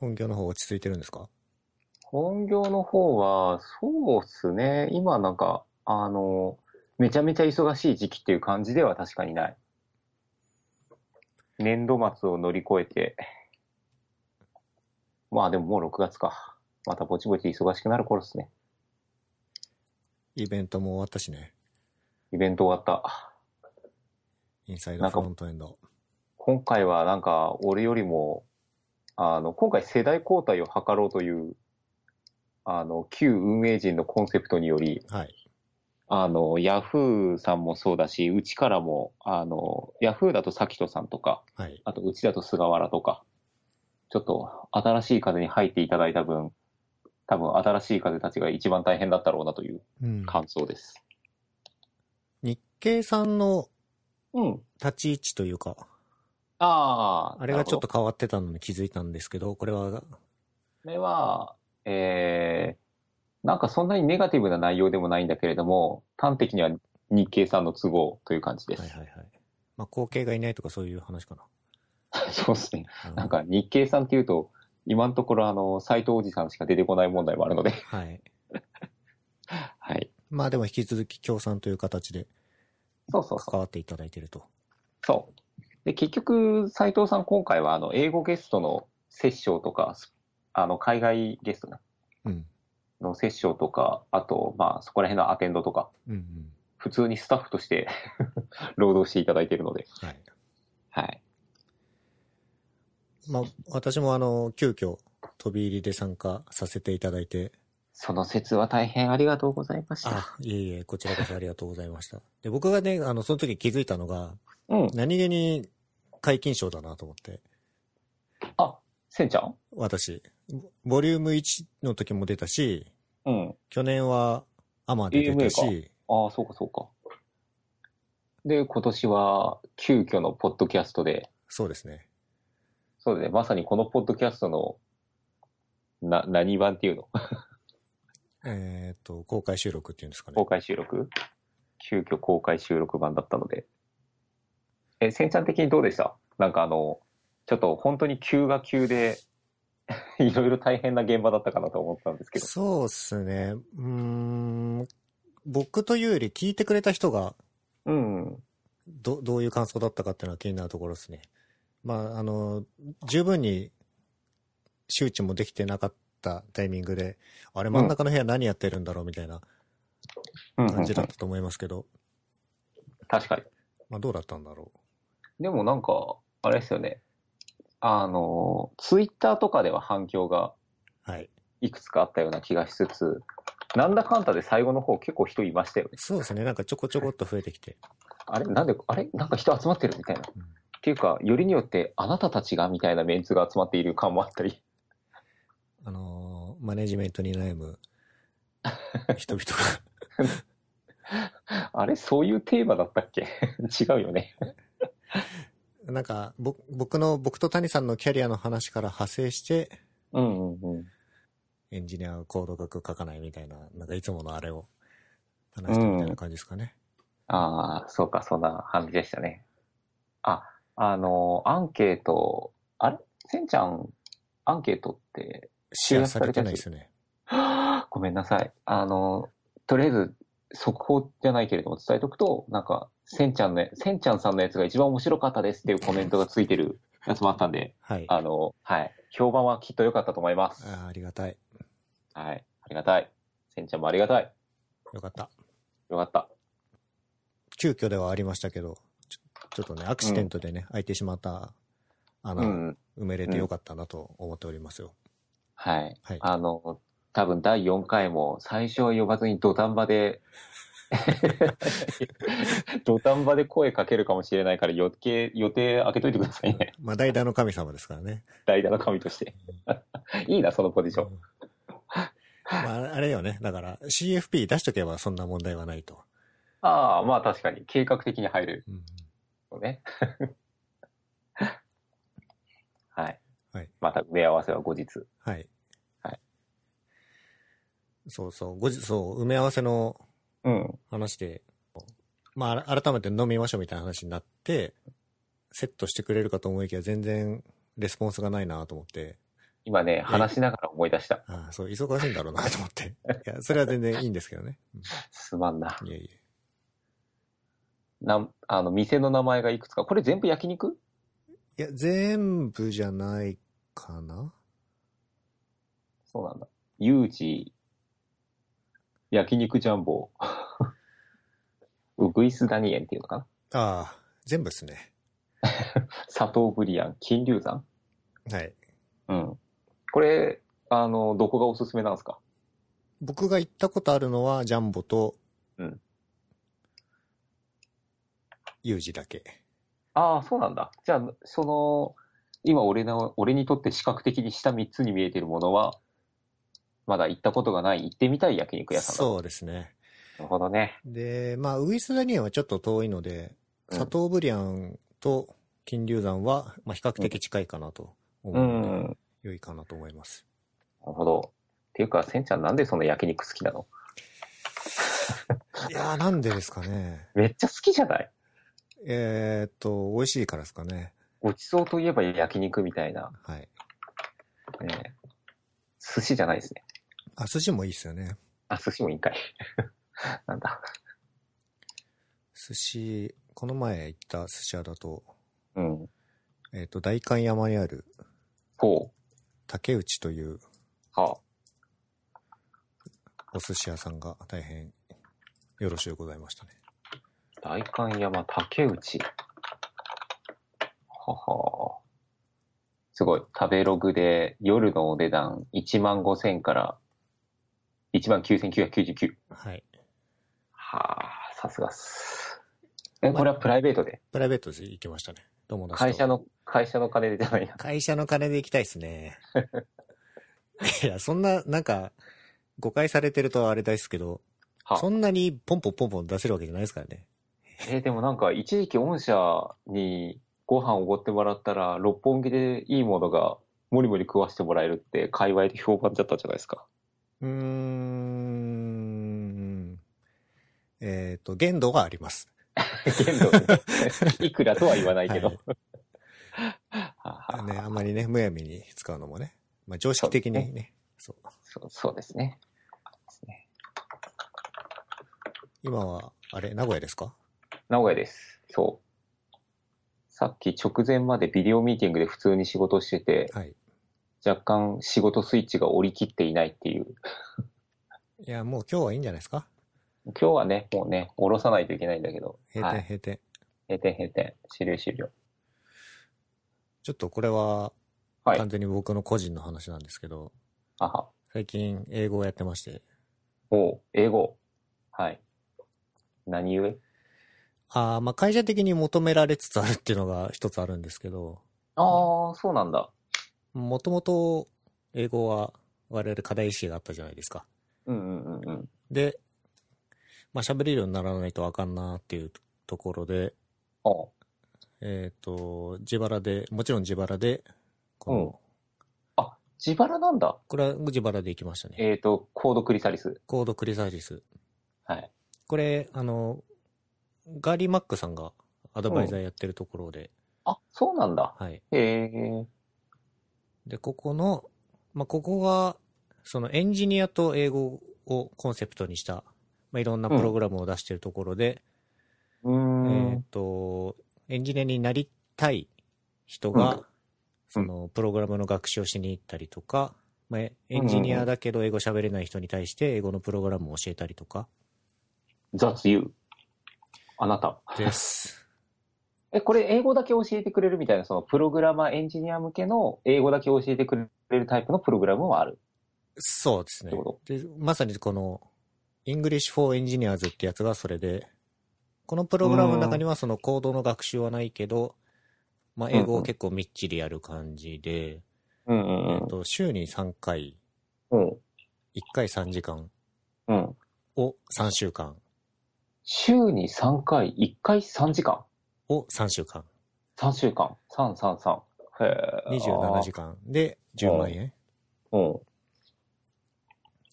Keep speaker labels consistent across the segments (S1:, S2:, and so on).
S1: 本業の方落ち着いてるんですか
S2: 本業の方は、そうっすね。今なんか、あの、めちゃめちゃ忙しい時期っていう感じでは確かにない。年度末を乗り越えて。まあでももう6月か。またぼちぼち忙しくなる頃っすね。
S1: イベントも終わったしね。
S2: イベント終わった。
S1: インサイド
S2: なん
S1: フ
S2: か
S1: ロントエンド。
S2: 今回はなんか、俺よりも、あの、今回世代交代を図ろうという、あの、旧運営陣のコンセプトにより、
S1: はい。
S2: あの、ヤフーさんもそうだし、うちからも、あの、ヤフーだとさきとさんとか、
S1: はい。
S2: あとうちだと菅原とか、ちょっと新しい風に入っていただいた分、多分新しい風たちが一番大変だったろうなという
S1: うん。
S2: 感想です。
S1: 日経さんの
S2: うん。
S1: 立ち位置というか、
S2: ああ、
S1: あれがちょっと
S2: なるほど。
S1: 変わってたのに気づいたんですけど、これは、
S2: これは、えー、なんかそんなにネガティブな内容でもないんだけれども、端的には日経さんの都合という感じです。
S1: はいはいはい。まあ、後継がいないとかそういう話か
S2: そうですね。
S1: な。
S2: なんか日経さんっていうと、今のところあの、斎藤おじさんしか出てこない問題もあるので
S1: う、ん。はい。
S2: はい。
S1: まあでも引き続き協賛という形で
S2: そうそうそう。
S1: 関わっていただいてると。
S2: そう。で、結局、斎藤さん今回はあの、英語ゲストのセッションとか、すあの、海外ゲスト
S1: うん。
S2: のセッションとか、あと、まあ、そこら辺のアテンドとか、
S1: うんうん。
S2: 普通にスタッフとして 労働していただいているので、
S1: はい。
S2: はい。
S1: まあ、私もあの、急遽飛び入りで参加させていただいて、
S2: その説は大変ありがとうございました。
S1: あ、いえいえ、こちらこそありがとうございました。で、僕がね、あの、その時気づいたのが、
S2: うん。
S1: 何気に解禁賞だなと思って、
S2: あ、せんちゃん
S1: 私。ボボリューム1の時も出たし、
S2: うん。
S1: 去年はアマで出た
S2: AMA
S1: し、
S2: ああ、そうかそうか。で、今年は急遽のポッドキャストで、
S1: そうですね。
S2: そうだね、まさにこのポッドキャストの、な、何版っていうの
S1: えーっと、公開収録っていうんですかね
S2: 公。開収録急遽公開収録版だったので。え、せんちゃん的にどうでしたなんかあの、ちょっと本当に急が急で、 いろいろ大変な現場だったかなと思ったんですけど。
S1: そうっすね。うーん、僕というより聞いてくれた人が、
S2: うん。
S1: ど、どういう感想だったかっていうのは気になるところですね。まあ、あの、十分に周知もできてなかったタイミングで、あれ真ん中の部屋何やってるんだろうみたいな
S2: うん、うんう
S1: 感
S2: ん
S1: じだったと思いますけど、
S2: 確かに。
S1: まあどうだったんだろ
S2: でもなんか、あれですよね。あの、ツイッターとかでは反響が
S1: う。はい。
S2: いくつかあったような気がしつつ、なんだかんだで最後の方結構人いましたよね。
S1: そうですね。なんかちょこちょこっと増えてきて。
S2: あれなんで、あれなんか人集まってるみたいな。
S1: うん
S2: っていうか、よりによってあなたたちがみたいなメンツが集まっている感もあったり。
S1: あのーマネジメントに悩む人々が。
S2: あれそういうテーマだったっけ 違うよね。
S1: なんか、ぼ、僕の、僕と谷さんのキャリアの話から派生して、
S2: うんうんうん。
S1: エンジニアはコード書く書かないみたいな、なんかいつものあれを話したみたいな感じですかね。
S2: ああ、そうか、そんな感じでしたね。あ、あの、アンケート、あれせんちゃん、アンケート って、
S1: シェアされてないですよね。
S2: ごめんなさい。あの、とりあえず、速報じゃないけれども伝えとくと、なんか、せんちゃんの、せんちゃんさんのやつが一番面白かったですっていうコメントがついてるやつもあったんで、
S1: はい。あ
S2: あの、はい。評判はきっと良かったと思います。
S1: ーありがたい。
S2: はい。ありがたい。せんちゃんもありがたい。
S1: よかった。
S2: よかった。
S1: 急遽ではありましたけど、ちょちょっとね、アクシデントでね、開いてしまった穴
S2: う
S1: を
S2: ん。
S1: 埋めれてよかったなと思っておりますよ。
S2: はい。
S1: はい。
S2: あの、多分第4回も最初は呼ばずに土壇場 で、土壇場で声かけるかもしれないから余計、予定開けといてくださいね。
S1: まあ、代打の神様ですからね。
S2: 代打の神として。いいな、そのポジション。
S1: まあ、あれよね。だから、CFP 出しとけばそんな問題はないと。
S2: ああ、まあ確かに。計画的に入る
S1: うん
S2: のね。 はい。
S1: はい
S2: また、埋め合わせは後日。
S1: はい。
S2: はい。
S1: そうそう。後日、そう、埋め合わせの
S2: うん。
S1: 話で、まああら、改めて飲みましょうみたいな話になって、セットしてくれるかと思いきや、全然レスポンスがないなと思って、
S2: 今ね、話しながら思い出した。
S1: ああそう、忙しいんだろうなと思 って。いや、それは全然いいんですけどね。
S2: すまんな
S1: う。んいえいえ。
S2: なんあの、店の名前がいくつか。これ全部焼肉
S1: いや、全部じゃないかな
S2: そうなんだ。ユージ、焼肉ジャンボ、 ウグイスダニエンっていうのかな
S1: ああ、全部ですね。
S2: 砂糖ブリアン、金龍山
S1: はい。
S2: うん。これ、あの、どこがおすすめなんですか
S1: 僕が行ったことあるのは、ジャンボと、
S2: うん。
S1: ユージだけ。
S2: ああ、そうなんだ。じゃあ、その、今俺の、俺にとって視覚的に下3つに見えてるものは、まだ行ったことがない、行ってみたい焼肉屋さんだ。
S1: そうですね。
S2: なるほどね。
S1: で、まあ、ウグイスダニエンはちょっと遠いので、
S2: うん
S1: サトウブリアンと金龍山は、まあ、比較的近いかなと思う
S2: う
S1: ので、
S2: ん。なる
S1: 良いかなと思います。
S2: ほど。っていうか、せんちゃんなんでそんな焼肉好きなの
S1: いやー、なんでですかね。
S2: めっちゃ好きじゃない
S1: えーっと、美味しいからですかね。
S2: ごちそうといえば焼肉みたいな。
S1: はい。
S2: ね、寿司じゃないですね。
S1: あ、寿司もいいですよね。
S2: あ、寿司もいいんかい。 なんだ。
S1: 寿司、この前行った寿司屋だと、
S2: うん。
S1: えーっと、代官山にある
S2: ほ
S1: 竹内という
S2: う。は
S1: お寿司屋さんが大変よろしゅうございましたね。
S2: あ。代官山竹内。ははすごい。食べログで夜のお値段1万5000から1万9999。
S1: はい。
S2: はあ、さすがっす。え、これはプライベートで
S1: プライベートで行きましたね。友達と。
S2: 会社の、会社の金でじゃないな。
S1: 会社の金で行きたいですね。いや、そんな、なんか、誤解されてるとあれですけど、
S2: はあ
S1: そんなにポンポンポンポン出せるわけじゃないですからね。
S2: えーでもなんか一時期御社にご飯おごってもらったら六本木でいいものがもりもり食わしてもらえるって界隈で評判だったじゃないですか。
S1: うーん。えっ、と、限度があります。
S2: 限度 でいくらとは言わないけど。
S1: はい
S2: はあは
S1: ね、
S2: あ
S1: あんまりね、むやみに使うのもね。まあ、常識的にね。そう。
S2: そうそうですね。ですね
S1: 今は、あれ、名古屋ですか
S2: 名古屋です。そう。さっき直前までビデオミーティングで普通に仕事してて、
S1: はい。
S2: 若干仕事スイッチが折り切っていないっていう。
S1: いや、もう今日はいいんじゃないですか
S2: 今日はね、もうね、下ろさないといけないんだけど。
S1: 閉
S2: は
S1: 店、
S2: い。
S1: 閉店。
S2: 閉店、閉店。終了、終了。
S1: ちょっとこれは、
S2: はい
S1: 完全に僕の個人の話なんですけど、
S2: あは。
S1: 最近英語をやってまして、
S2: おう英語。はい。何故
S1: あーまあ会社的に求められつつあるっていうのが一つあるんですけど、
S2: ああ、そうなんだ。
S1: もともと英語は我々課題意識があったじゃないですか。
S2: うんうんうんうん。
S1: で、まあ喋れるようにならないとわかんなっていうところで、
S2: おう
S1: えっ、と、自腹で、もちろん自腹で、この、
S2: うんあ、自腹なんだ。
S1: これは自腹で行きましたね。
S2: えっ、と、コードクリサリス。
S1: コードクリサージス。
S2: はい。
S1: これ、あの、ガーリー・マックさんがアドバイザーやってるところで、
S2: あ、そうなんだ。
S1: はい。
S2: へえ。
S1: で、ここの、まあ、ここが、そのエンジニアと英語をコンセプトにした、まあ、いろんなプログラムを出してるところで、
S2: うー
S1: えっ
S2: ん。
S1: と、エンジニアになりたい人が、
S2: うん
S1: その、プログラムの学習をしに行ったりとか、まあ、エンジニアだけど英語喋れない人に対して英語のプログラムを教えたりとか、
S2: 雑 you。あなた。
S1: です。
S2: え、これ英語だけ教えてくれるみたいな、そのプログラマーエンジニア向けの英語だけ教えてくれるタイプのプログラムもある。
S1: そうですね
S2: ってこ。
S1: で、まさにこの、English for Engineers ってやつがそれで、このプログラムの中にはそのコードの学習はないけど、まあ、英語を結構みっちりやる感じで、
S2: うんうん
S1: えっと、週に3回、
S2: うん。うん。
S1: 1回3時間
S2: うん。
S1: を3週間
S2: 週に3回、1回3時間。
S1: を3週間、
S2: 3週間。3、3、3。へえ。
S1: 27時間で10万円っ
S2: うん。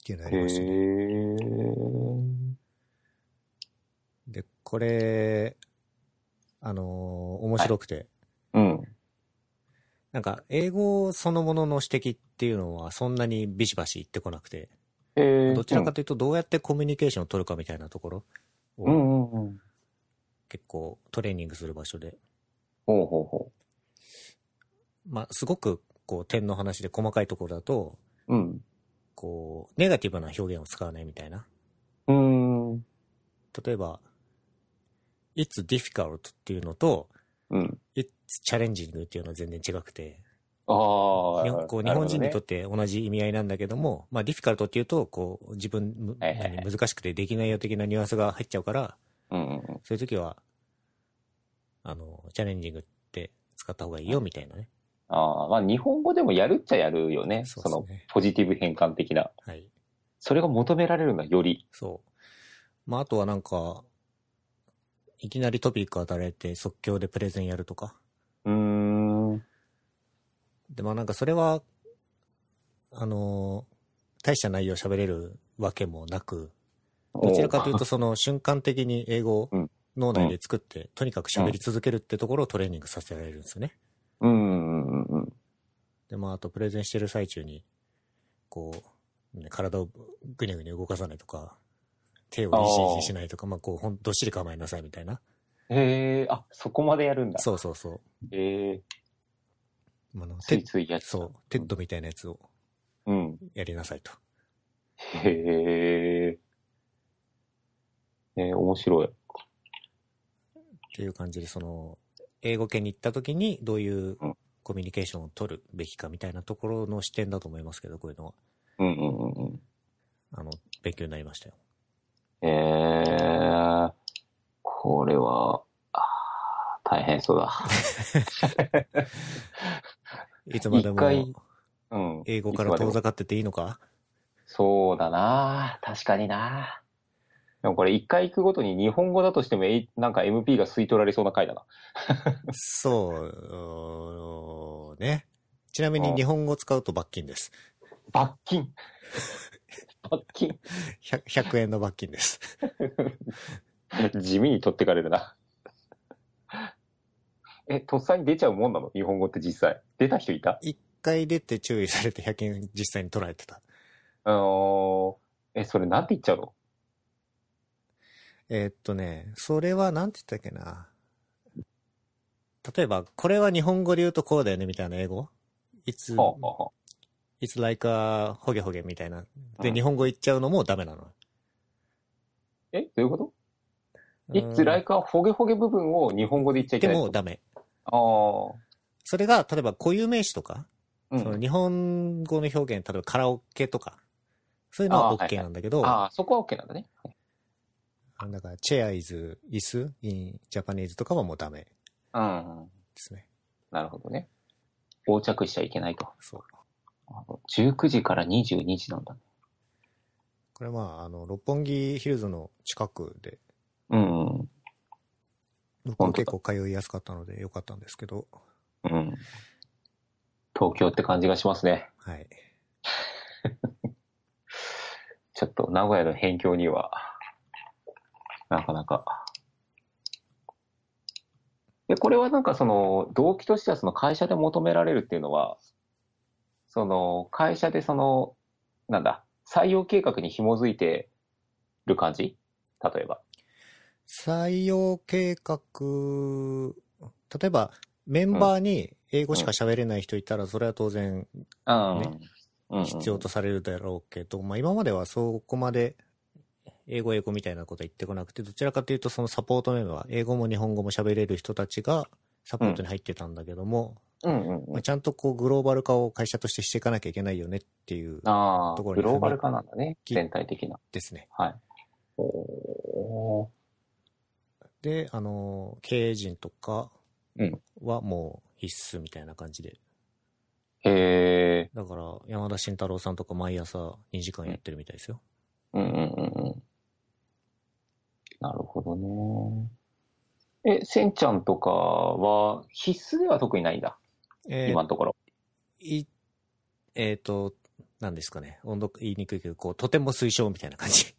S1: ていうのや
S2: へ
S1: りましたね。
S2: え。
S1: で、これ、あのー面白くて、
S2: うん。
S1: なんか、英語そのものの指摘っていうのはそんなにビシバシ言ってこなくて、
S2: えー
S1: どちらかというとどうやってコミュニケーションを取るかみたいなところ
S2: うん
S1: を
S2: うんうんうん。
S1: 結構トレーニングする場所で、
S2: ほうほうほ
S1: まあ、すごくこう点の話で細かいところだと、
S2: う。うん。
S1: こう、ネガティブな表現を使わないみたいな。
S2: うーん。
S1: 例えば、it's difficult っていうのと、
S2: うん。
S1: it's challenging っていうのは全然違くて、
S2: ああ。
S1: 日本こう日本人にと
S2: っ
S1: って同じ意味合いなんだけども、まあ、ディフィカルトっていうと、こう、自分、む
S2: はいはいはい
S1: 何難しくてできないよ的なニュアンスが入っちゃうから、
S2: て。うんうんうん。
S1: そういう時は、あの、チャレンジングって使った方がいいよみたいなね。
S2: ああ、まあ日本語でもやるっちゃやるよね。
S1: そ
S2: そう
S1: ですね
S2: のポジティブ変換的な。
S1: はい。
S2: それが求められるんだ、より。
S1: そう。まあ、あとはなんか、いきなりトピック与えられて即興でプレゼンやるとか。
S2: うーん。うん
S1: で、まあなんかそれは、あの、大した内容喋れるわけもなく、どちらかというと、その瞬間的に英語を
S2: うん
S1: 脳内で作って、とにかく喋り続けるってところをトレーニングさせられるんですよね。
S2: うんうんうん。
S1: で、まあ、あとプレゼンしてる最中に、こう、ね体をぐにゃぐにゃ動かさないとか、手をいじいじしないとか、まあ、こう、ほんどっしり構えなさいみたいな。
S2: へえ、あ、そこまでやるんだ。
S1: そうそうそう。
S2: ええ、
S1: あの
S2: つ
S1: テ
S2: いついやっちゃ
S1: そう、テッドみたいなやつを
S2: う。うん。
S1: やりなさいと。
S2: へえ。ええ、面白い。
S1: っていう感じで、その、英語圏に行った時にどういう
S2: うん
S1: コミュニケーションを取るべきかみたいなところの視点だと思いますけど、こういうのは、
S2: うんうんうんうん。
S1: あの、勉強になりましたよ。
S2: ええ、これは、あー大変そうだ。
S1: いつまで
S2: 一回
S1: も
S2: うん。
S1: 英語から
S2: いつまで
S1: 遠
S2: も
S1: ざかってていいのか
S2: そうだな確かになでもこれ一回行くごとに日本語だとしても、えなんか MP が吸い取られそうな回だな。
S1: そううーん、ね。ちなみ
S2: う
S1: に
S2: ん
S1: 日本語を使うと罰金です。
S2: 罰 金罰金
S1: 100, 100円の罰金です。
S2: 地味に取ってかれるな。え、とっさに出ちゃうもんなの日本語って実際。出た人いた
S1: 一回出て注意されて100円実際に取られてた。
S2: あのーえ、それなんて言っちゃうの
S1: えーっとね、それはなんて言ったっけな。例えば、これは日本語で言うとこうだよねみたいな英語いつ、
S2: ほうほうほ
S1: It's like a ほげほげみたいな。で、
S2: うん
S1: 日本語言っちゃうのもダメなの。
S2: うえ、どういうこと
S1: うーん
S2: ?It's like a ほげほげ部分を日本語で言っちゃいけ
S1: で
S2: ないって
S1: もダ
S2: こと。
S1: メ。
S2: あ
S1: それが、例えば固有名詞とか、
S2: あー、
S1: そうの
S2: ん。
S1: 日本語の表現、例えばカラオケとか、そういうのは
S2: あーはい
S1: OK なんだけど、
S2: ああ、そこは OK なんだね。
S1: なんだから、チェアイズ、椅子、in Japanese とかはもうダメで
S2: うん。
S1: すね。
S2: なるほどね。横着しちゃいけないと。
S1: そう。
S2: あの19時から22時なんだね。
S1: これまあ、あの、六本木ヒルズの近くで、
S2: うんうん。
S1: 僕も結構通いやすかったので良かったんですけど、
S2: うん。東京って感じがしますね。
S1: はい。
S2: ちょっと名古屋の辺境には、なかなか。で、これはなんかその、動機としてはその会社で求められるっていうのは、その、会社でその、なんだ、採用計画に紐づいてる感じ例えば。
S1: 採用計画、例えば、メンバーに英語しか喋れない人いたら、それは当然ね
S2: うん。うん
S1: 必要とされるだろうけど、まあ今まではそこまで英語英語みたいなことは言ってこなくて、どちらかというとそのサポートメンバー、英語も日本語も喋れる人たちがサポートに入ってたんだけども、
S2: うんうんうん
S1: まあ、ちゃんとこうグローバル化を会社としてしていかなきゃいけないよねっていう
S2: ああ、
S1: ところ
S2: グ
S1: に
S2: ローバル化なんだね、
S1: き
S2: 全体的な。
S1: ですね。
S2: はい。おー
S1: で、あの、経営陣とか
S2: うん
S1: はもう必須みたいな感じで。
S2: へえ、
S1: だから山田慎太郎さんとか毎朝2時間やってるみたいですよ。
S2: うんうんうんうん。なるほどね。え、せんちゃんとかは必須では特にないんだ、
S1: えー
S2: 今のところ。
S1: い、えっ、と、なんですかね。音読言いにくいけど、こう、とても推奨みたいな感 じ。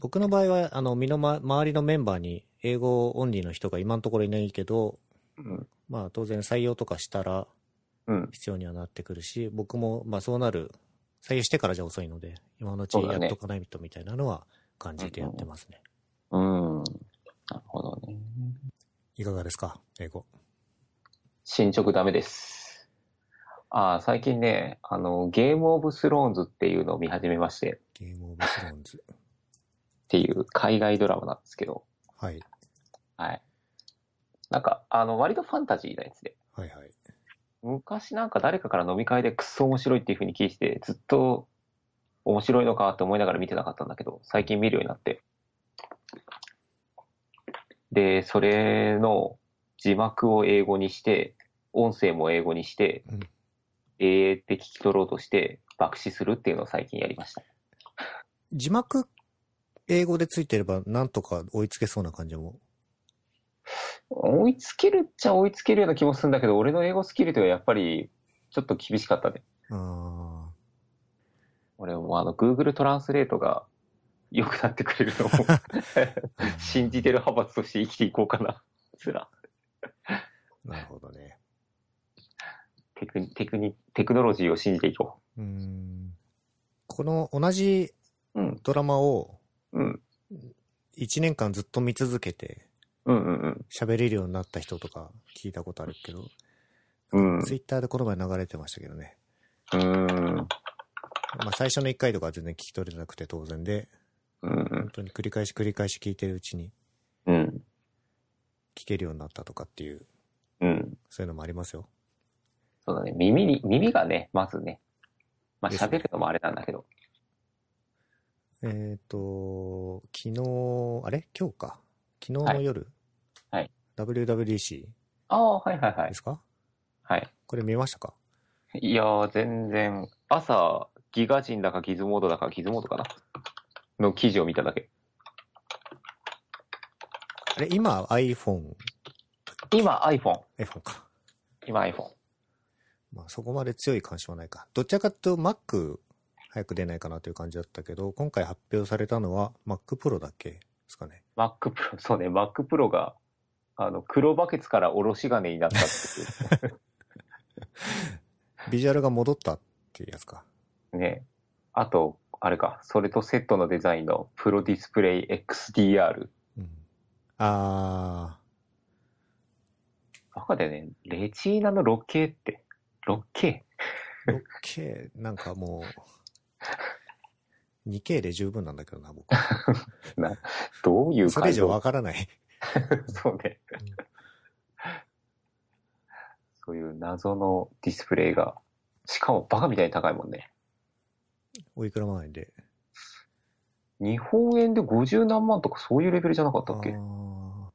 S1: 僕の場合は、あの、身の、ま、周りのメンバーに英語オンリーの人が今のところいないけど、
S2: うん。
S1: まあ当然採用とかしたら
S2: うん。
S1: 必要にはなってくるし、僕もまあそうなる、採用してからじゃ遅いので、今のうち
S2: そう
S1: や
S2: だね
S1: っとかないとみたいなのは感じてやってますね。
S2: うん。なるほどね。
S1: いかがですか英語。
S2: 進捗ダメです。ああ、最近ね、あの、ゲームオブスローンズっていうのを見始めまして、
S1: ゲームオブスローンズ。
S2: っていう海外ドラマなんですけど、
S1: はい。
S2: はい。なんか、あの、割とファンタジーなやつで、
S1: はいはい。
S2: 昔なんか誰かから飲み会でクソ面白いっていう風に聞いて、ずっと面白いのかって思いながら見てなかったんだけど、最近見るようになって。で、それの字幕を英語にして、音声も英語にして
S1: うん、
S2: えーって聞き取ろうとして爆死するっていうのを最近やりました。
S1: 字幕、英語でついてればなんとか追いつけそうな感じも。
S2: 追いつけるっちゃ追いつけるような気もするんだけど、俺の英語スキルとはやっぱりちょっと厳しかったね。
S1: あ
S2: 俺もあの、Google トランスレートが良くなってくれると思う。
S1: ー
S2: 信じてる派閥として生きていこうかな。 つら。
S1: なるほどね。
S2: テクニテクニテクノロジーを信じていこ
S1: うーん。この同じ
S2: う。うん。
S1: ドラマを
S2: うん。
S1: 1年間ずっと見続けて
S2: うんうん
S1: 喋れるようになった人とか聞いたことあるけど、
S2: うん。うん。
S1: ツイッターでこの前流れてましたけどね。
S2: うん。
S1: まあ最初の1回とかは全然聞き取れなくて当然で、
S2: うん
S1: 本。当に繰り返し繰り返し聞いてるうちに
S2: うん。
S1: 聞けるようになったとかっていう、
S2: うん。
S1: そういうのもありますよ。
S2: そうだね。耳に、耳がね、まずね。まあ、
S1: ですね
S2: 喋るのもあれなんだけど。
S1: えっ、と、昨日、あれ今日か。昨日の夜。
S2: はいはい
S1: WWDC
S2: ああ、はいはいは
S1: で
S2: い。
S1: すか、
S2: はい。
S1: これ見ましたか
S2: いやー、全然、朝、ギガ人だかギズモードだかギズモードかなの記事を見ただけ。
S1: あれ今 iPhone、
S2: 今 iPhone。
S1: iPhone か。
S2: 今 iPhone。
S1: まあそこまで強い関心はないか。どちらかというと Mac 早く出ないかなという感じだったけど、今回発表されたのは Mac Pro だけですかね。
S2: Mac Pro、そうね、Mac Pro が、あの、黒バケツからおろし金になったっていう。
S1: ビジュアルが戻ったっていうやつか。
S2: ね。あと、あれか、それとセットのデザインのプロディスプレイ XDR。
S1: うん。あ
S2: バカだよね。レチーナの 6K って。6K?
S1: ー、6K、なんかもう、2K で十分なんだけど な、僕。
S2: どういう
S1: それ以
S2: 解
S1: 上わ
S2: 像
S1: からない。
S2: そうね
S1: うん。
S2: そういう謎のディスプレイが、しかもバカみたいに高いもんね。
S1: おいくら万円で。
S2: 日本円で50何万とかそういうレベルじゃなかったっけ
S1: あー
S2: ちょ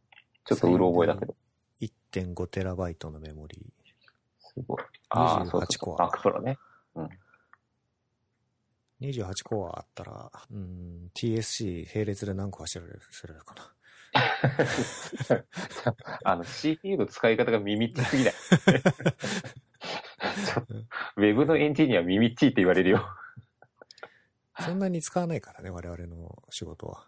S2: っとうろ覚えだけど。
S1: 1.5テラバイトのメモリ
S2: すごい。ああ、
S1: 28
S2: そうそうそう。
S1: コア
S2: Mac Pro ね。
S1: ー。28コアあったら、うーん、TSC 並列で何個走られるするかな。
S2: あの、CPU の使い方が耳っちすぎな い。ちょっとウェブのエンジニアは耳っちいって言われるよ。
S1: そんなに使わないからね、我々の仕事は。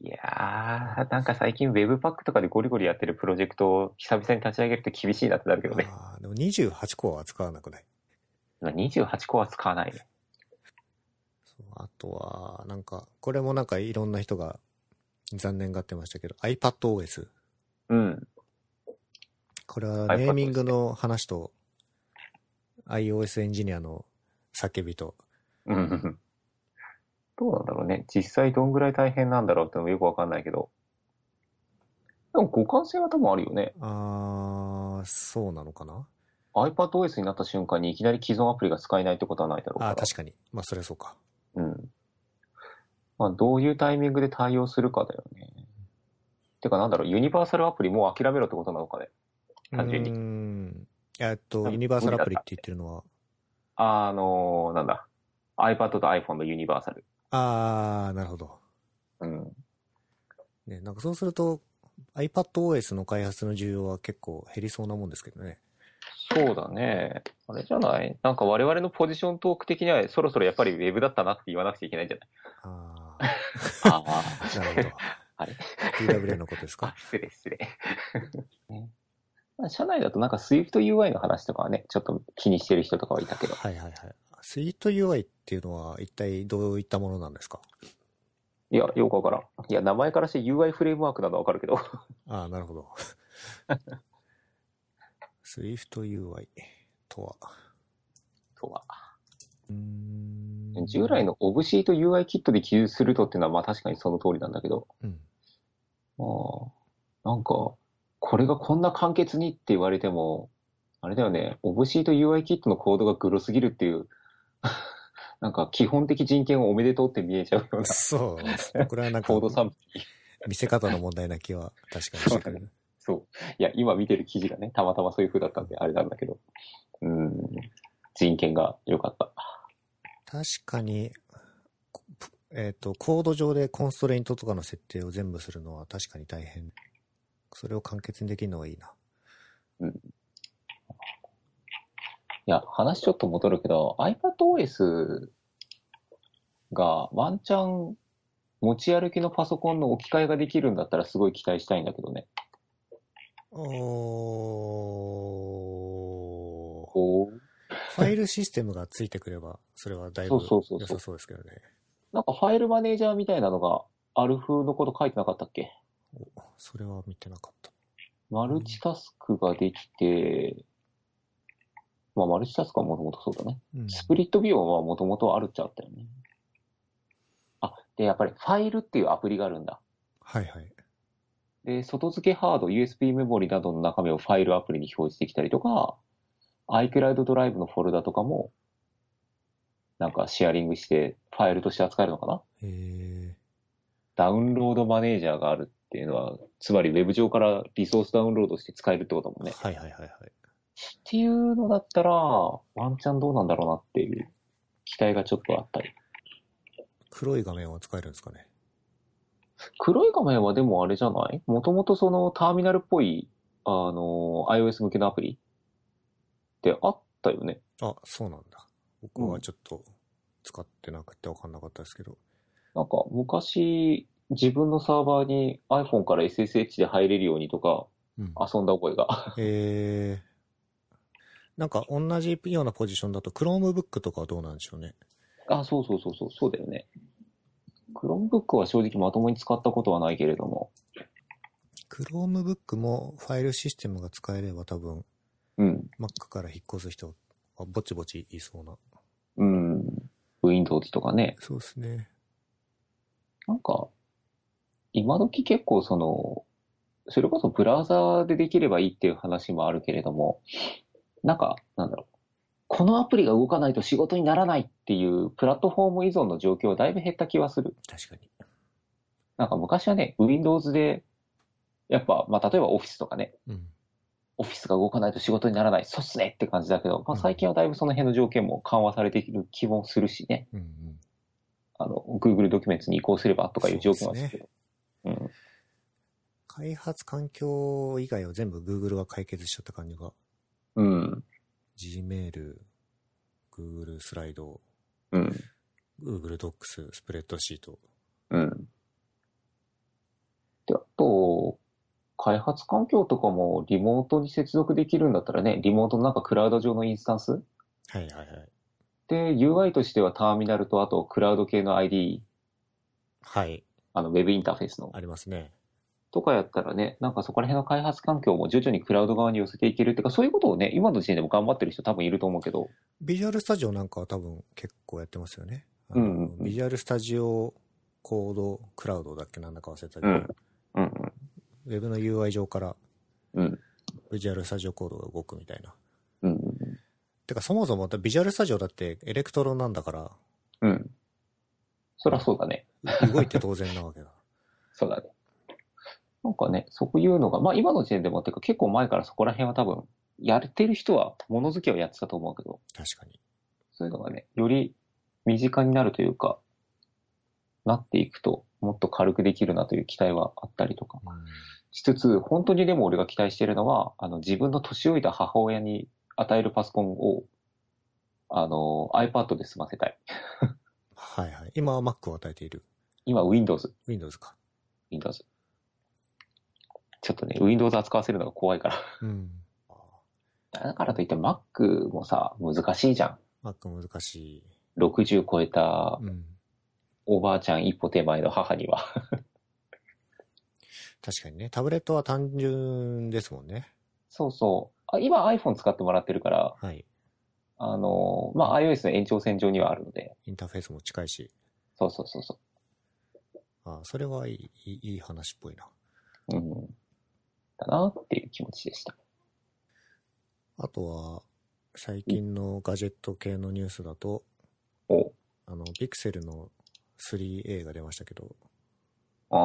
S2: いやー、なんか最近 Webpack とかでゴリゴリやってるプロジェクトを久々に立ち上げると厳しいなってなるけどね。
S1: あーでも28コアは使わなくない。
S2: 28個は使わないね。
S1: そうあとは、なんか、これもなんかいろんな人が残念がってましたけど、iPadOS。
S2: うん。
S1: これはネーミングの話と、iOS エンジニアの叫びと、
S2: うん。どうなんだろうね。実際どんぐらい大変なんだろうってのもよくわかんないけど。でも互換性は多分あるよね。
S1: あー、そうなのかな
S2: iPadOS になった瞬間にいきなり既存アプリが使えないってことはないだろうから。
S1: あー、確かに。まあ、そりゃそうか。
S2: うん。まあ、どういうタイミングで対応するかだよね。てか、なんだろう、ユニバーサルアプリもう諦めろってことなのかね。単純に
S1: うーん。えっ
S2: 多
S1: と、
S2: 分
S1: ユニバーサルアプリって言ってるのは、
S2: あのー、なんだ。iPad と iPhone のユニバーサル。
S1: あー、なるほど。
S2: うん。
S1: ね、なんかそうすると、iPadOS の開発の需要は結構減りそうなもんですけどね。
S2: そうだね。あれじゃないなんか我々のポジショントーク的にはそろそろやっぱり Web だったなって言わなくちゃいけないんじゃない
S1: あー、
S2: ああ。
S1: なるほど。
S2: あれ
S1: TWA のことです
S2: あ
S1: か、
S2: 失礼、失礼。ねまあ社内だとなんか SwiftUI の話とかはね、ちょっと気にしてる人とかはいたけど、
S1: はいはいはい。スイート UI っていうのは一体どういったものなんですか
S2: いや、よくわからん。いや、名前からして UI フレームワークなのはわかるけど、
S1: ああ、なるほど。 スイフト UI とは。
S2: とは。
S1: うーん
S2: 従来。の OBC と UI キットで記述するとっていうのはまあ確かにその通りなんだけど、
S1: うん。
S2: まあ、なんか、これがこんな簡潔にって言われても、あれだよね、OBC と UI キットのコードがグロすぎるっていう、 なんか基本的人権をおめでとうって見えちゃうような
S1: そうです。これはなんか
S2: コー、ドサンプルに。
S1: 見せ方の問題な気は確かにしてくれる。
S2: そう。いや、今見てる記事がね、たまたまそういう風だったんで、あれなんだけど。うん。人権が良かった。
S1: 確かに、こえっ、と、コード上でコンストレイントとかの設定を全部するのは確かに大変。それを簡潔にできるのはいいな。
S2: いや、話ちょっと戻るけど、iPadOS がワンチャン持ち歩きのパソコンの置き換えができるんだったらすごい期待したいんだけどね。
S1: おー
S2: お
S1: ファイルシステムがついてくれば、それはだいぶ
S2: そうそうそうそう
S1: 良さそうですけどね。
S2: なんかファイルマネージャーみたいなのがある風のこと書いてなかったっけ
S1: おそれは見てなかった。
S2: マルチタスクができて、まあマルチタスクはもともとそうだね。
S1: うん
S2: スプリットビューはもともとあるっちゃあったよね。あ、で、やっぱりファイルっていうアプリがあるんだ。
S1: はいはい。
S2: で、外付けハード、USB メモリなどの中身をファイルアプリに表示できたりとか、iCloud ドライブのフォルダとかも、なんかシェアリングしてファイルとして扱えるのかな
S1: え
S2: ダウンロードマネージャーがあるっていうのは、つまりウェブ上からリソースダウンロードして使えるってことだもん
S1: ー
S2: ね。っ
S1: はいはいはいはい。
S2: ていうのだったら、ワンチャンどうなんだろうなっていう期待がちょっとあったり。
S1: 黒い画面は使えるんですかね。
S2: 黒い画面はでもあれじゃないもともとそのターミナルっぽい、あの、iOS 向けのアプリってあったよね。
S1: あ、そうなんだ。僕はちょっと使ってなくて分かんなかったですけど。
S2: なんか昔、自分のサーバーに iPhone から SSH で入れるようにとか
S1: うん。
S2: 遊んだ覚えが。
S1: えーなんか同じようなポジションだと Chromebook とかはどうなんでしょうね。
S2: あ、そうそうそうそう、そうだよね。Chromebook は正直まともに使ったことはないけれども。
S1: Chromebook もファイルシステムが使えれば多分
S2: うん。
S1: Mac から引っ越す人はぼちぼちいそうな。
S2: うん。Windows とかね。
S1: そうですね。
S2: なんか、今時結構その、それこそブラウザーでできればいいっていう話もあるけれども、なんか、なんだろう。このアプリが動かないと仕事にならないっていうプラットフォーム依存の状況はだいぶ減った気はする。
S1: 確かに。
S2: なんか昔はね、Windows で、やっぱ、まあ例えば Office とかね、
S1: うん。
S2: Office が動かないと仕事にならない、そうっすねって感じだけど、まあ
S1: うん
S2: 最近はだいぶその辺の条件も緩和されている気もするしね、
S1: うんうん。
S2: あの、Google ドキュメンツに移行すればとかいう条件は
S1: そうですす
S2: る
S1: ね
S2: けど。うん。
S1: 開発環境以外を全部 Google が解決しちゃった感じが、
S2: うん。
S1: Gmail、Google スライド、
S2: うん。
S1: Google Docs、スプレッドシート。
S2: うん。で、あと、開発環境とかもリモートに接続できるんだったらね、リモートのなんかクラウド上のインスタンス
S1: はいはいはい。
S2: で、UI としてはターミナルとあとクラウド系の ID、
S1: はい、
S2: あの、ウェブインターフェースの
S1: ありますね。
S2: とかやったらね、なんかそこら辺の開発環境も徐々にクラウド側に寄せていけるっていうか、そういうことをね、今の時点でも頑張ってる人多分いると思うけど、
S1: ビジュアルスタジオなんかは多分結構やってますよね。あ
S2: うんうん
S1: の
S2: うん
S1: ビジュアルスタジオコードクラウドだっけなんだか忘れたけど、
S2: うんうんうん。
S1: ウェブの UI 上から
S2: うん。
S1: ビジュアルスタジオコードが動くみたいな。
S2: うんうん
S1: てかそもそもビジュアルスタジオだってエレクトロなんだか
S2: うん。うん。そりゃそうだね。
S1: ら動いて当然なわけだ。
S2: そうだね。なんかね、そういうのが、まあ今の時点でもっていうか結構前からそこら辺は多分、やれてる人はものづけをやってたと思うけど、
S1: 確かに。
S2: そういうのがね、より身近になるというか、なっていくと、もっと軽くできるなという期待はあったりとか。
S1: うん
S2: しつつ、本当にでも俺が期待してるのは、あの自分の年老いた母親に与えるパソコンを、あの、iPad で済ませたい。
S1: はいはい。今は Mac を与えている。
S2: 今 Windows、
S1: Windows か。
S2: Windows。ちょっとね、Windows 扱わせるのが怖いから。
S1: うん。
S2: だからといって Mac もさ、難しいじゃ
S1: Mac 難しい。
S2: ん。60超えた
S1: うん。
S2: おばあちゃん一歩手前の母には。
S1: 確かにね。タブレットは単純ですもんね。
S2: そうそう。あ今 iPhone 使ってもらってるから、
S1: はい。
S2: あの、まあ、iOS の延長線上にはあるので、
S1: インターフェースも近いし。
S2: そうそうそうそ
S1: あそれはいい、いいいい話っぽいな。
S2: う。うん。だなっていう気持ちでした。
S1: あとは、最近のガジェット系のニュースだと、
S2: お
S1: あの、ピクセルの 3A が出ましたけど、
S2: ああ、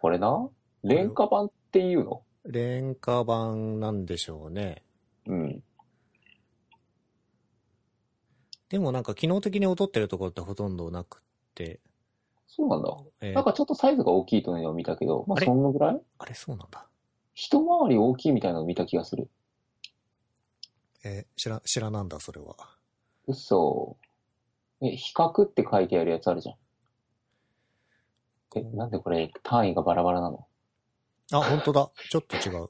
S2: これな。廉価版っていうの
S1: 廉価版なんでしょうね。
S2: うん。
S1: でもなんか機能的に劣ってるところってほとんどなくって、
S2: そうなんだ。
S1: えー
S2: なんかちょっとサイズが大きいというのを見たけど、まあ、
S1: あれ
S2: そんなぐらい
S1: あれそうなんだ。
S2: 一回り大きいみたいなのを見た気がする。
S1: えー知ら、知らなんだ、それは。
S2: 嘘。え、比較って書いてあるやつあるじゃん。え、なんでこれ単位がバラバラなの
S1: あ、本当だ。ちょっと違う。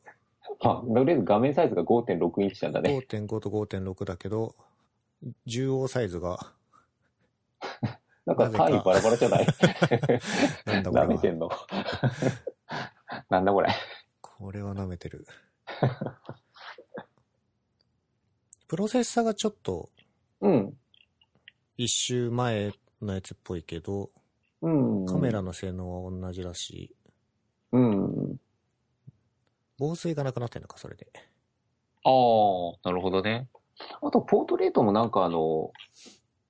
S2: あ、とりあえず画面サイズが5.6インチ なんだね。
S1: 5.5と5.6だけど、中央サイズが、
S2: なんか単位バラバラじゃない
S1: なんだこれ
S2: 舐めて
S1: は。
S2: んのなんだこれ。
S1: これは舐めてる。 プロセッサーがちょっと
S2: うん。
S1: 一周前のやつっぽいけど、
S2: うん。
S1: カメラの性能は同じだし、
S2: うん。
S1: 防水がなくなってんのか、それで。
S2: ああ、なるほどね。あと、ポートレートもなんかあの、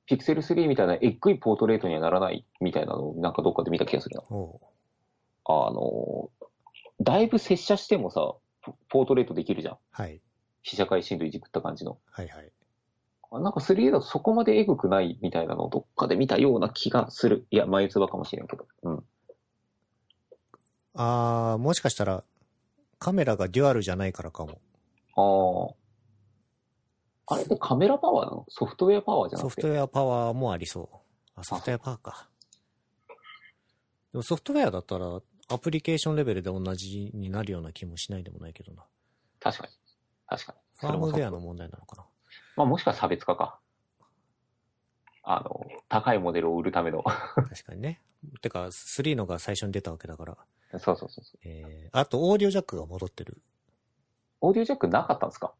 S2: ピクセル3みたいなえっぐいポートレートにはならないみたいなのをなんかどっかで見た気がするな。
S1: おう
S2: あの、だいぶ接写してもさ、ポポートレートできるじゃん。
S1: はい。
S2: 被写界深度いじくった感じの。
S1: はいはい。
S2: あなんか 3A だとそこまでエグくないみたいなのをどっかで見たような気がする。いや、眉唾かもしれんけど。うん。
S1: あー、もしかしたら、カメラがデュアルじゃないからかも。
S2: ああ。あれってカメラパワーなのソフトウェアパワーじゃな
S1: ソ
S2: く
S1: フ
S2: て。
S1: トウェアパワーもありそう。あ、ソフトウェアパワーか。でもソフトウェアだったら、アプリケーションレベルで同じになるような気もしないでもないけどな。
S2: 確かに。確かに。
S1: ファームウェアの問題なのかな。
S2: まあもしかしたら差別化か。あの、高いモデルを売るための。
S1: 確かにね。てか、3のが最初に出たわけだから。
S2: そうそうそうそう。
S1: えー、あと、オーディオジャックが戻ってる。
S2: オーディオジャックなかったんですか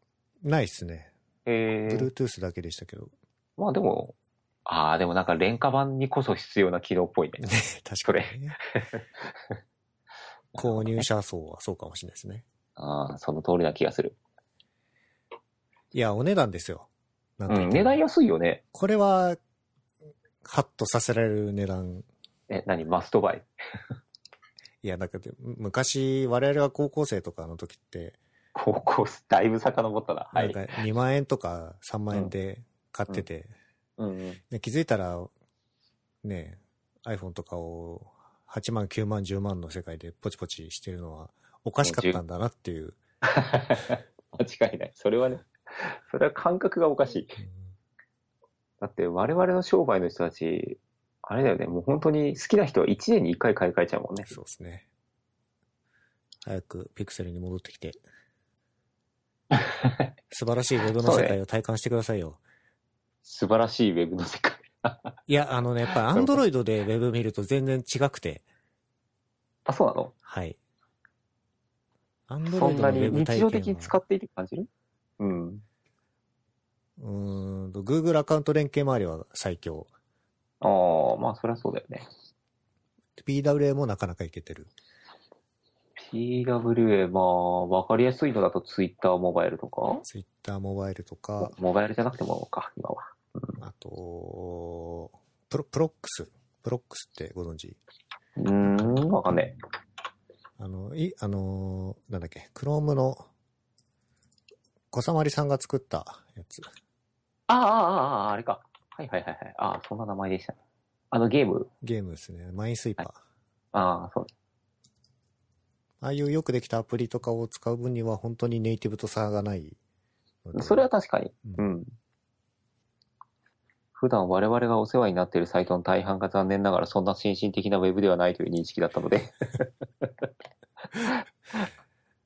S1: ないっすね。
S2: ええ
S1: Bluetooth だけでしたけど。
S2: まあでも、ああ、でもなんか廉価版にこそ必要な機能っぽいね。
S1: 確かにね。 購入者層はそうかもしれないですね。
S2: ああ、その通りな気がする。
S1: いや、お値段ですよ。なん
S2: う
S1: と言
S2: ん、
S1: っても
S2: 値段安いよね。
S1: これは、ハッとさせられる値段。
S2: え、何マストバイ。
S1: いや、なんかで、昔、我々が高校生とかの時って、
S2: 高校、だいぶ遡ったな。は
S1: なん
S2: い
S1: か。2万円とか3万円で買ってて、
S2: うんうん。
S1: で気づいたら、ね、iPhone とかを8万、9万、10万の世界でポチポチしてるのはおかしかったんだなっていう。
S2: 間違いない。それはね、それは感覚がおかしい。だって我々の商売の人たち、あれだよね、もう本当に好きな人は1年に1回買い替えちゃうもんね。
S1: そうですね。早くピクセルに戻ってき て。素晴らしいウェブの世界を体感してくださいよ。
S2: 素晴らしいウェブの世界。
S1: いや、あのね、やっぱアンドロイドでウェブ見ると全然違くて、
S2: あ、そうなの
S1: はい。アンド
S2: そ
S1: ロイ
S2: ん
S1: ド
S2: な
S1: のウェ
S2: に
S1: ブ
S2: 日
S1: 体
S2: 常的
S1: 験
S2: に使
S1: は、
S2: っていて感じるうん。
S1: うーんと、Google アカウント連携周りは最強。
S2: ああ、まあそりゃそうだよね。
S1: PWA もなかなかいけてる。
S2: PWA、まあ、わかりやすいのだと Twitter モバイルとか、
S1: Twitter モバイルとか、
S2: モバイルじゃなくてもか、今は。
S1: あと、プロ、プロックス。プロックスってご存知
S2: うーん、わかんね
S1: あの、い、あのーなんだっけ、Chrome の、小さまりさんが作ったやつ。
S2: ああ、ああ、ああ、あれか。はいはいはいはい。ああ、そんな名前でしたね。あのゲーム、
S1: ゲームですね。マインスイーパー。
S2: ああ、そう。
S1: ああいうよくできたアプリとかを使う分には本当にネイティブと差がないので。
S2: それは確かに。
S1: う
S2: うんん。普段我々がお世話になっているサイトの大半が残念ながらそんな先進的なウェブではないという認識だったので、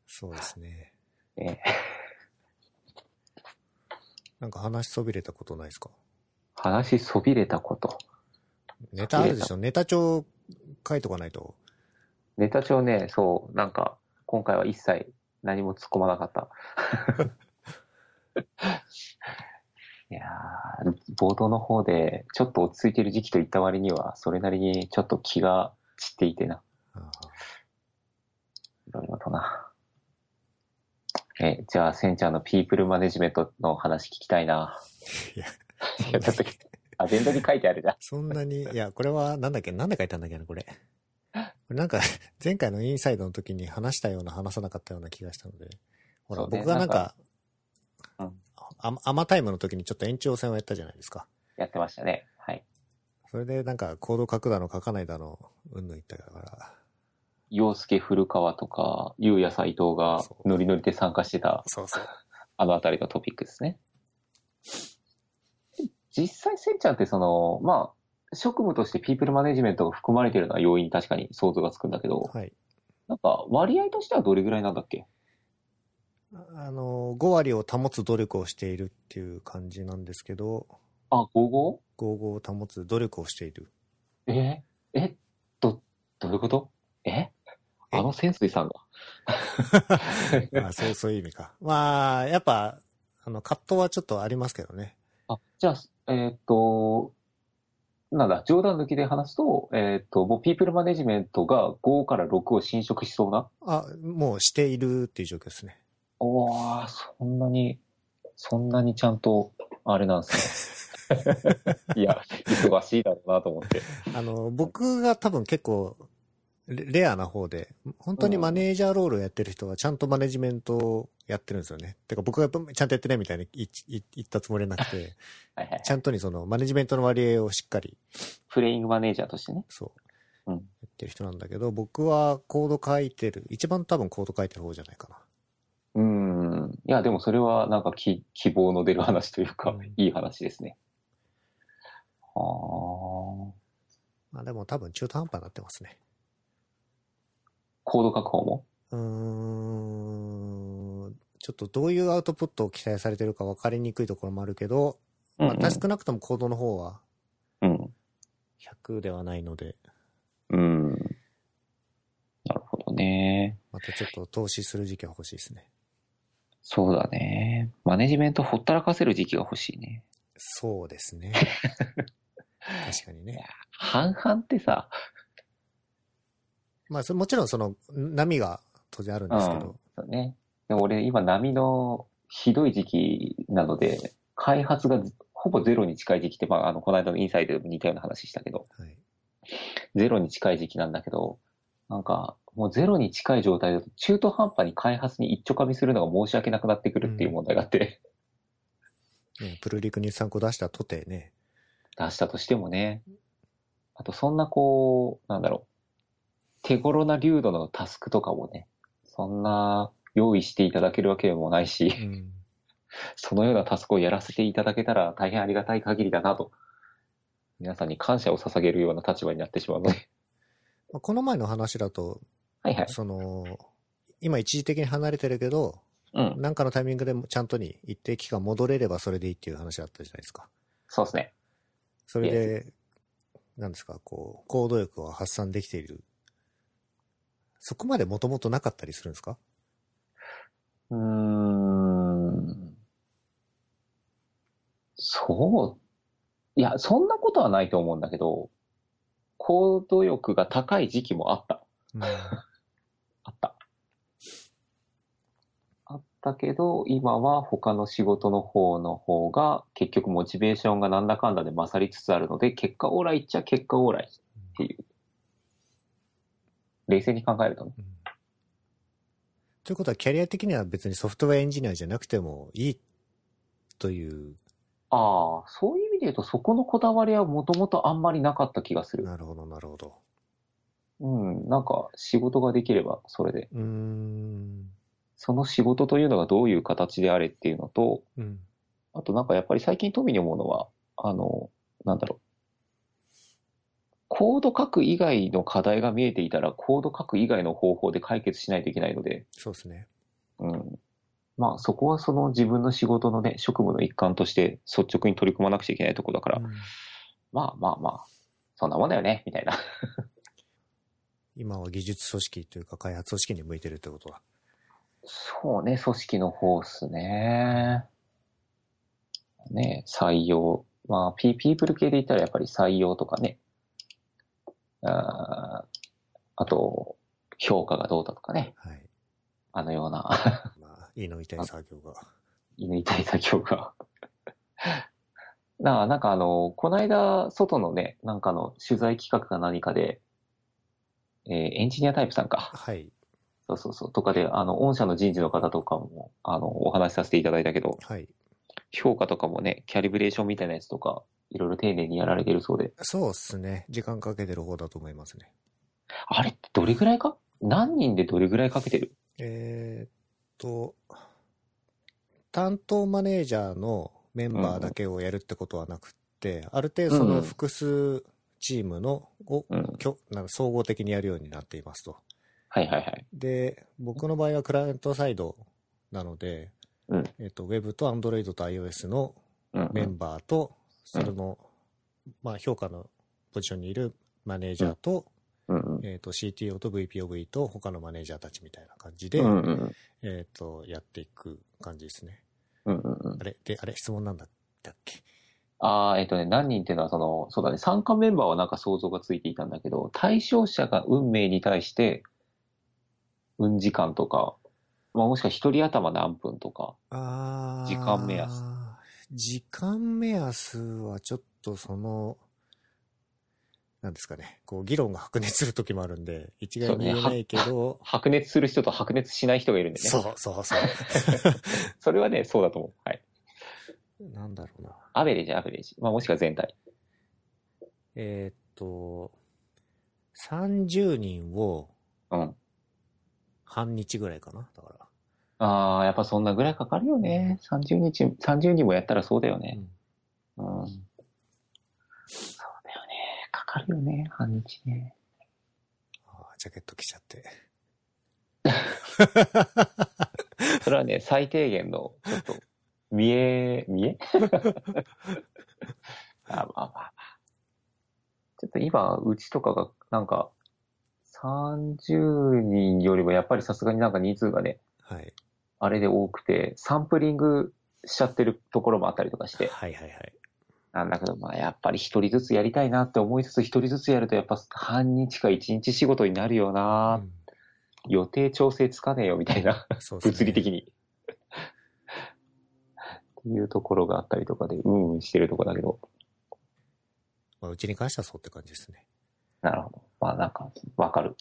S1: そうですね。
S2: ええ
S1: なんか話しそびれたことないですか
S2: 話しそびれたこと。
S1: ネタあるでしょネタ帳書いとかないと。
S2: ネタ帳ね、そう、なんか、今回は一切何も突っ込まなかった。いやー冒頭の方で、ちょっと落ち着いてる時期と言った割には、それなりにちょっと気が散っていてな、
S1: あ
S2: いろいろとな。え、じゃあ、センちゃんのピープルマネジメントの話聞きたいな。
S1: いや、
S2: いや、だって、アジェンダに書いてあるじゃん。
S1: そんな に、いや、これはなんだっけなんで書いたんだっけな、これ。これなんか、前回のインサイドの時に話したような、話さなかったような気がしたので。ほら、
S2: そうね
S1: 僕がなんか、
S2: なんか
S1: あアマタイムの時にちょっと延長戦をやったじゃないですか。
S2: やってましたね。はい。
S1: それでなんか、コード書くだの書かないだの、うんぬん言ったから。
S2: 洋介古川とか、ゆうや斎藤が
S1: そう
S2: ノリノリで参加してた、
S1: そうそう。
S2: あのあたりのトピックですね。実際、せんちゃんってその、まあ、職務としてピープルマネジメントが含まれてるのは要因確かに想像がつくんだけど、
S1: はい。
S2: なんか割合としてはどれぐらいなんだっけ
S1: あの、5割を保つ努力をしているっていう感じなんですけど、
S2: あ、55?
S1: 55を保つ努力をしている。
S2: ええど、どういうことえあの潜水さんが。
S1: あそうそういう意味か。まあ、やっぱ、あの、葛藤はちょっとありますけどね。
S2: あ、じゃあ、えーっと、なんだ、冗談抜きで話すと、えーっと、もうピープルマネジメントが5から6を侵食しそうな。
S1: あ、もうしているっていう状況ですね。
S2: おー、そんなに、そんなにちゃんと、あれなんです ね。いや、忙しいだろうなと思って。
S1: あの、僕が多分結構、レレアな方で、本当にマネージャーロールをやってる人はちゃんとマネジメントをやってるんですよね。てか僕がやっぱちゃんとやってないみたいに言い言ったつもりはなくて、
S2: はいはい
S1: ち。ゃんとにそのマネジメントの割合をしっかり
S2: プレイングマネージャーとしてね。
S1: そう。
S2: うん
S1: やってる人なんだけど、僕はコード書いてる。一番多分コード書いてる方じゃないかな。
S2: うーん。いや、でもそれはなんかき希望の出る話というか、
S1: うん
S2: いい話ですね。あー。
S1: まあでも多分中途半端になってますね。
S2: コード確保も
S1: うーん。ちょっとどういうアウトプットを期待されてるか分かりにくいところもあるけど、ま
S2: うんう
S1: あ、
S2: ん
S1: 少なくともコードの方は
S2: うん。
S1: 100ではないので、
S2: うん。なるほどね。
S1: またちょっと投資する時期は欲しいですね。
S2: そうだね。マネジメントほったらかせる時期が欲しいね。
S1: そうです ね。確かにね。
S2: 半々ってさ、
S1: まあ、そもちろんその波が当然あるんですけど、
S2: そうね。でも俺今波のひどい時期なので、開発がほぼゼロに近い時期って、まあ、あの、この間のインサイドでも似たような話したけど、
S1: はい、
S2: ゼロに近い時期なんだけど、なんか、もうゼロに近い状態だと中途半端に開発に一丁かみするのが申し訳なくなってくるっていう問題があって、
S1: ねプルリクに参考出したとてね、
S2: 出したとしてもね。あと、そんなこう、なんだろう。手頃な流度のタスクとかもね、そんな用意していただけるわけでもないし、
S1: うん、
S2: そのようなタスクをやらせていただけたら大変ありがたい限りだなと。皆さんに感謝を捧げるような立場になってしまうので。
S1: まあこの前の話だと、
S2: はいはい。
S1: その、今一時的に離れてるけど、
S2: うん。
S1: なんかのタイミングでもちゃんとに一定期間戻れればそれでいいっていう話だったじゃないですか。
S2: そうですね。
S1: それで、なんですか、こう、行動力は発散できている。そこまでもともとなかったりするんですか
S2: うーん。そう。いや、そんなことはないと思うんだけど、行動欲が高い時期もあった。あった。あったけど、今は他の仕事の方の方が、結局モチベーションがなんだかんだで勝りつつあるので、結果オーライっちゃ結果オーライっていう。冷静に考えるとね。
S1: うんということは、キャリア的には別にソフトウェアエンジニアじゃなくてもいいという、
S2: ああ、そういう意味で言うと、そこのこだわりはもともとあんまりなかった気がする。
S1: なるほど、なるほど。
S2: うん、なんか仕事ができればそれで。
S1: うーん。
S2: その仕事というのがどういう形であれっていうのと、
S1: うん。
S2: あとなんかやっぱり最近富に思うのは、あの、なんだろう。コード書く以外の課題が見えていたら、コード書く以外の方法で解決しないといけないので、
S1: そうですね。
S2: うん。まあそこはその自分の仕事のね、職務の一環として率直に取り組まなくちゃいけないとこだから、
S1: うん
S2: まあまあまあ、そんなもんだよね、みたいな。
S1: 今は技術組織というか開発組織に向いてるってことだ。
S2: そうね、組織の方っすね。ね、採用。まあ、ピピープル系で言ったらやっぱり採用とかね。あーあと、評価がどうだとかね。
S1: はい。
S2: あのような、
S1: ま あ、胃の痛い作業が。
S2: 犬痛い作業が。なあ、なんかあの、こないだ、外のね、なんかの取材企画か何かで、えーエンジニアタイプさんか。
S1: はい。
S2: そうそうそう。とかで、あの、御社の人事の方とかも、あの、お話しさせていただいたけど、
S1: はい。
S2: 評価とかもね、キャリブレーションみたいなやつとか、いろいろ丁寧にやられてるそうで、
S1: そうっすね。時間かけてる方だと思いますね。
S2: あれってどれぐらいか何人でどれぐらいかけてる
S1: えーっと、担当マネージャーのメンバーだけをやるってことはなくって、ある程度その複数チームのを、
S2: うん。
S1: きょなんか総合的にやるようになっていますと。
S2: はいはいはい。
S1: で、僕の場合はクライアントサイドなので、
S2: うん
S1: えっと、Web と Android と iOS の
S2: うんうん、
S1: メンバーと、それの、まあ、評価のポジションにいるマネージャーと、
S2: うんうん。
S1: えっと、CTO と VPOV と他のマネージャーたちみたいな感じで、
S2: うんうん
S1: えっと、やっていく感じですね。
S2: うんうんうん
S1: あれ、で、あれ、質問なんだったっけ
S2: ああ、えっとね、何人っていうのは、その、そうだね、参加メンバーはなんか想像がついていたんだけど、対象者が運命に対して、運時間とか、まあ、もしくは一人頭何分とか、
S1: あー
S2: 時間目安。
S1: 時間目安はちょっとその、なんですかね、こう議論が白熱する時もあるんで、一概に言えないけど、
S2: 白熱する人と白熱しない人がいるんでね。
S1: そうそうそう。
S2: それはね、そうだと思う。はい。
S1: なんだろうな。
S2: アベレージ、アベレージ。まあ、もしくは全体。
S1: えーっと、30人を
S2: うん。
S1: 半日ぐらいかな、だから。
S2: ああ、やっぱそんなぐらいかかるよね。30日、30人もやったらそうだよ
S1: う
S2: ね。
S1: ん
S2: うん。そうだよね。かかるよね、半日ね。
S1: あージャケット着ちゃって。
S2: それはね、最低限の、ちょっと、見え、見え あ、まあまあまあ。ちょっと今、うちとかが、なんか、30人よりもやっぱりさすがになんか人数がね、
S1: はい。
S2: あれで多くて、サンプリングしちゃってるところもあったりとかして、
S1: はいはいはい。
S2: なんだけど、まあやっぱり一人ずつやりたいなって思いつつ、一人ずつやるとやっぱ半日か一日仕事になるよな、
S1: うん
S2: 予定調整つかねえよみたいな。
S1: そうですね
S2: 物理的に。っていうところがあったりとかで、うんうんしてるとこだけど、
S1: まあ、うちに関してはそうって感じですね。
S2: なるほど。まあなんか、わかる。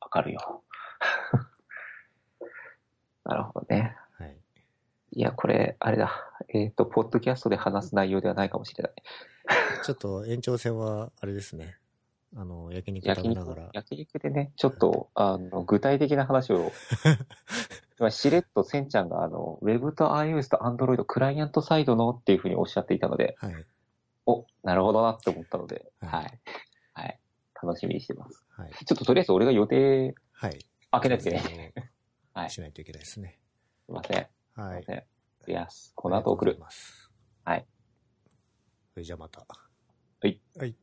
S2: わかるよ。 なるほどね。
S1: はい。
S2: いや、これ、あれだ。えっ、と、ポッドキャストで話す内容ではないかもしれない。
S1: ちょっと延長戦は、あれですね。あの、焼肉食
S2: 焼
S1: べなが
S2: 肉
S1: ら、。
S2: 焼肉でね、ちょっと、あの、具体的な話 を、今しれっとせんちゃんが、あの、Web と iOS と Android、クライアントサイドのっていうふうにおっしゃっていたので、
S1: はい。
S2: お、なるほどなって思ったので、
S1: はい
S2: はい。はい。楽しみにしてます。
S1: はい。
S2: ちょっととりあえず俺が予定
S1: はい。
S2: 開けなきゃいけない。す
S1: あの
S2: はい
S1: しないといけないですね。
S2: いません。すい
S1: は
S2: ま
S1: い
S2: せ。ん。いや、この後送
S1: ありがとうござい
S2: る。
S1: ます
S2: はい。
S1: それじゃあまた。
S2: はい。
S1: はい。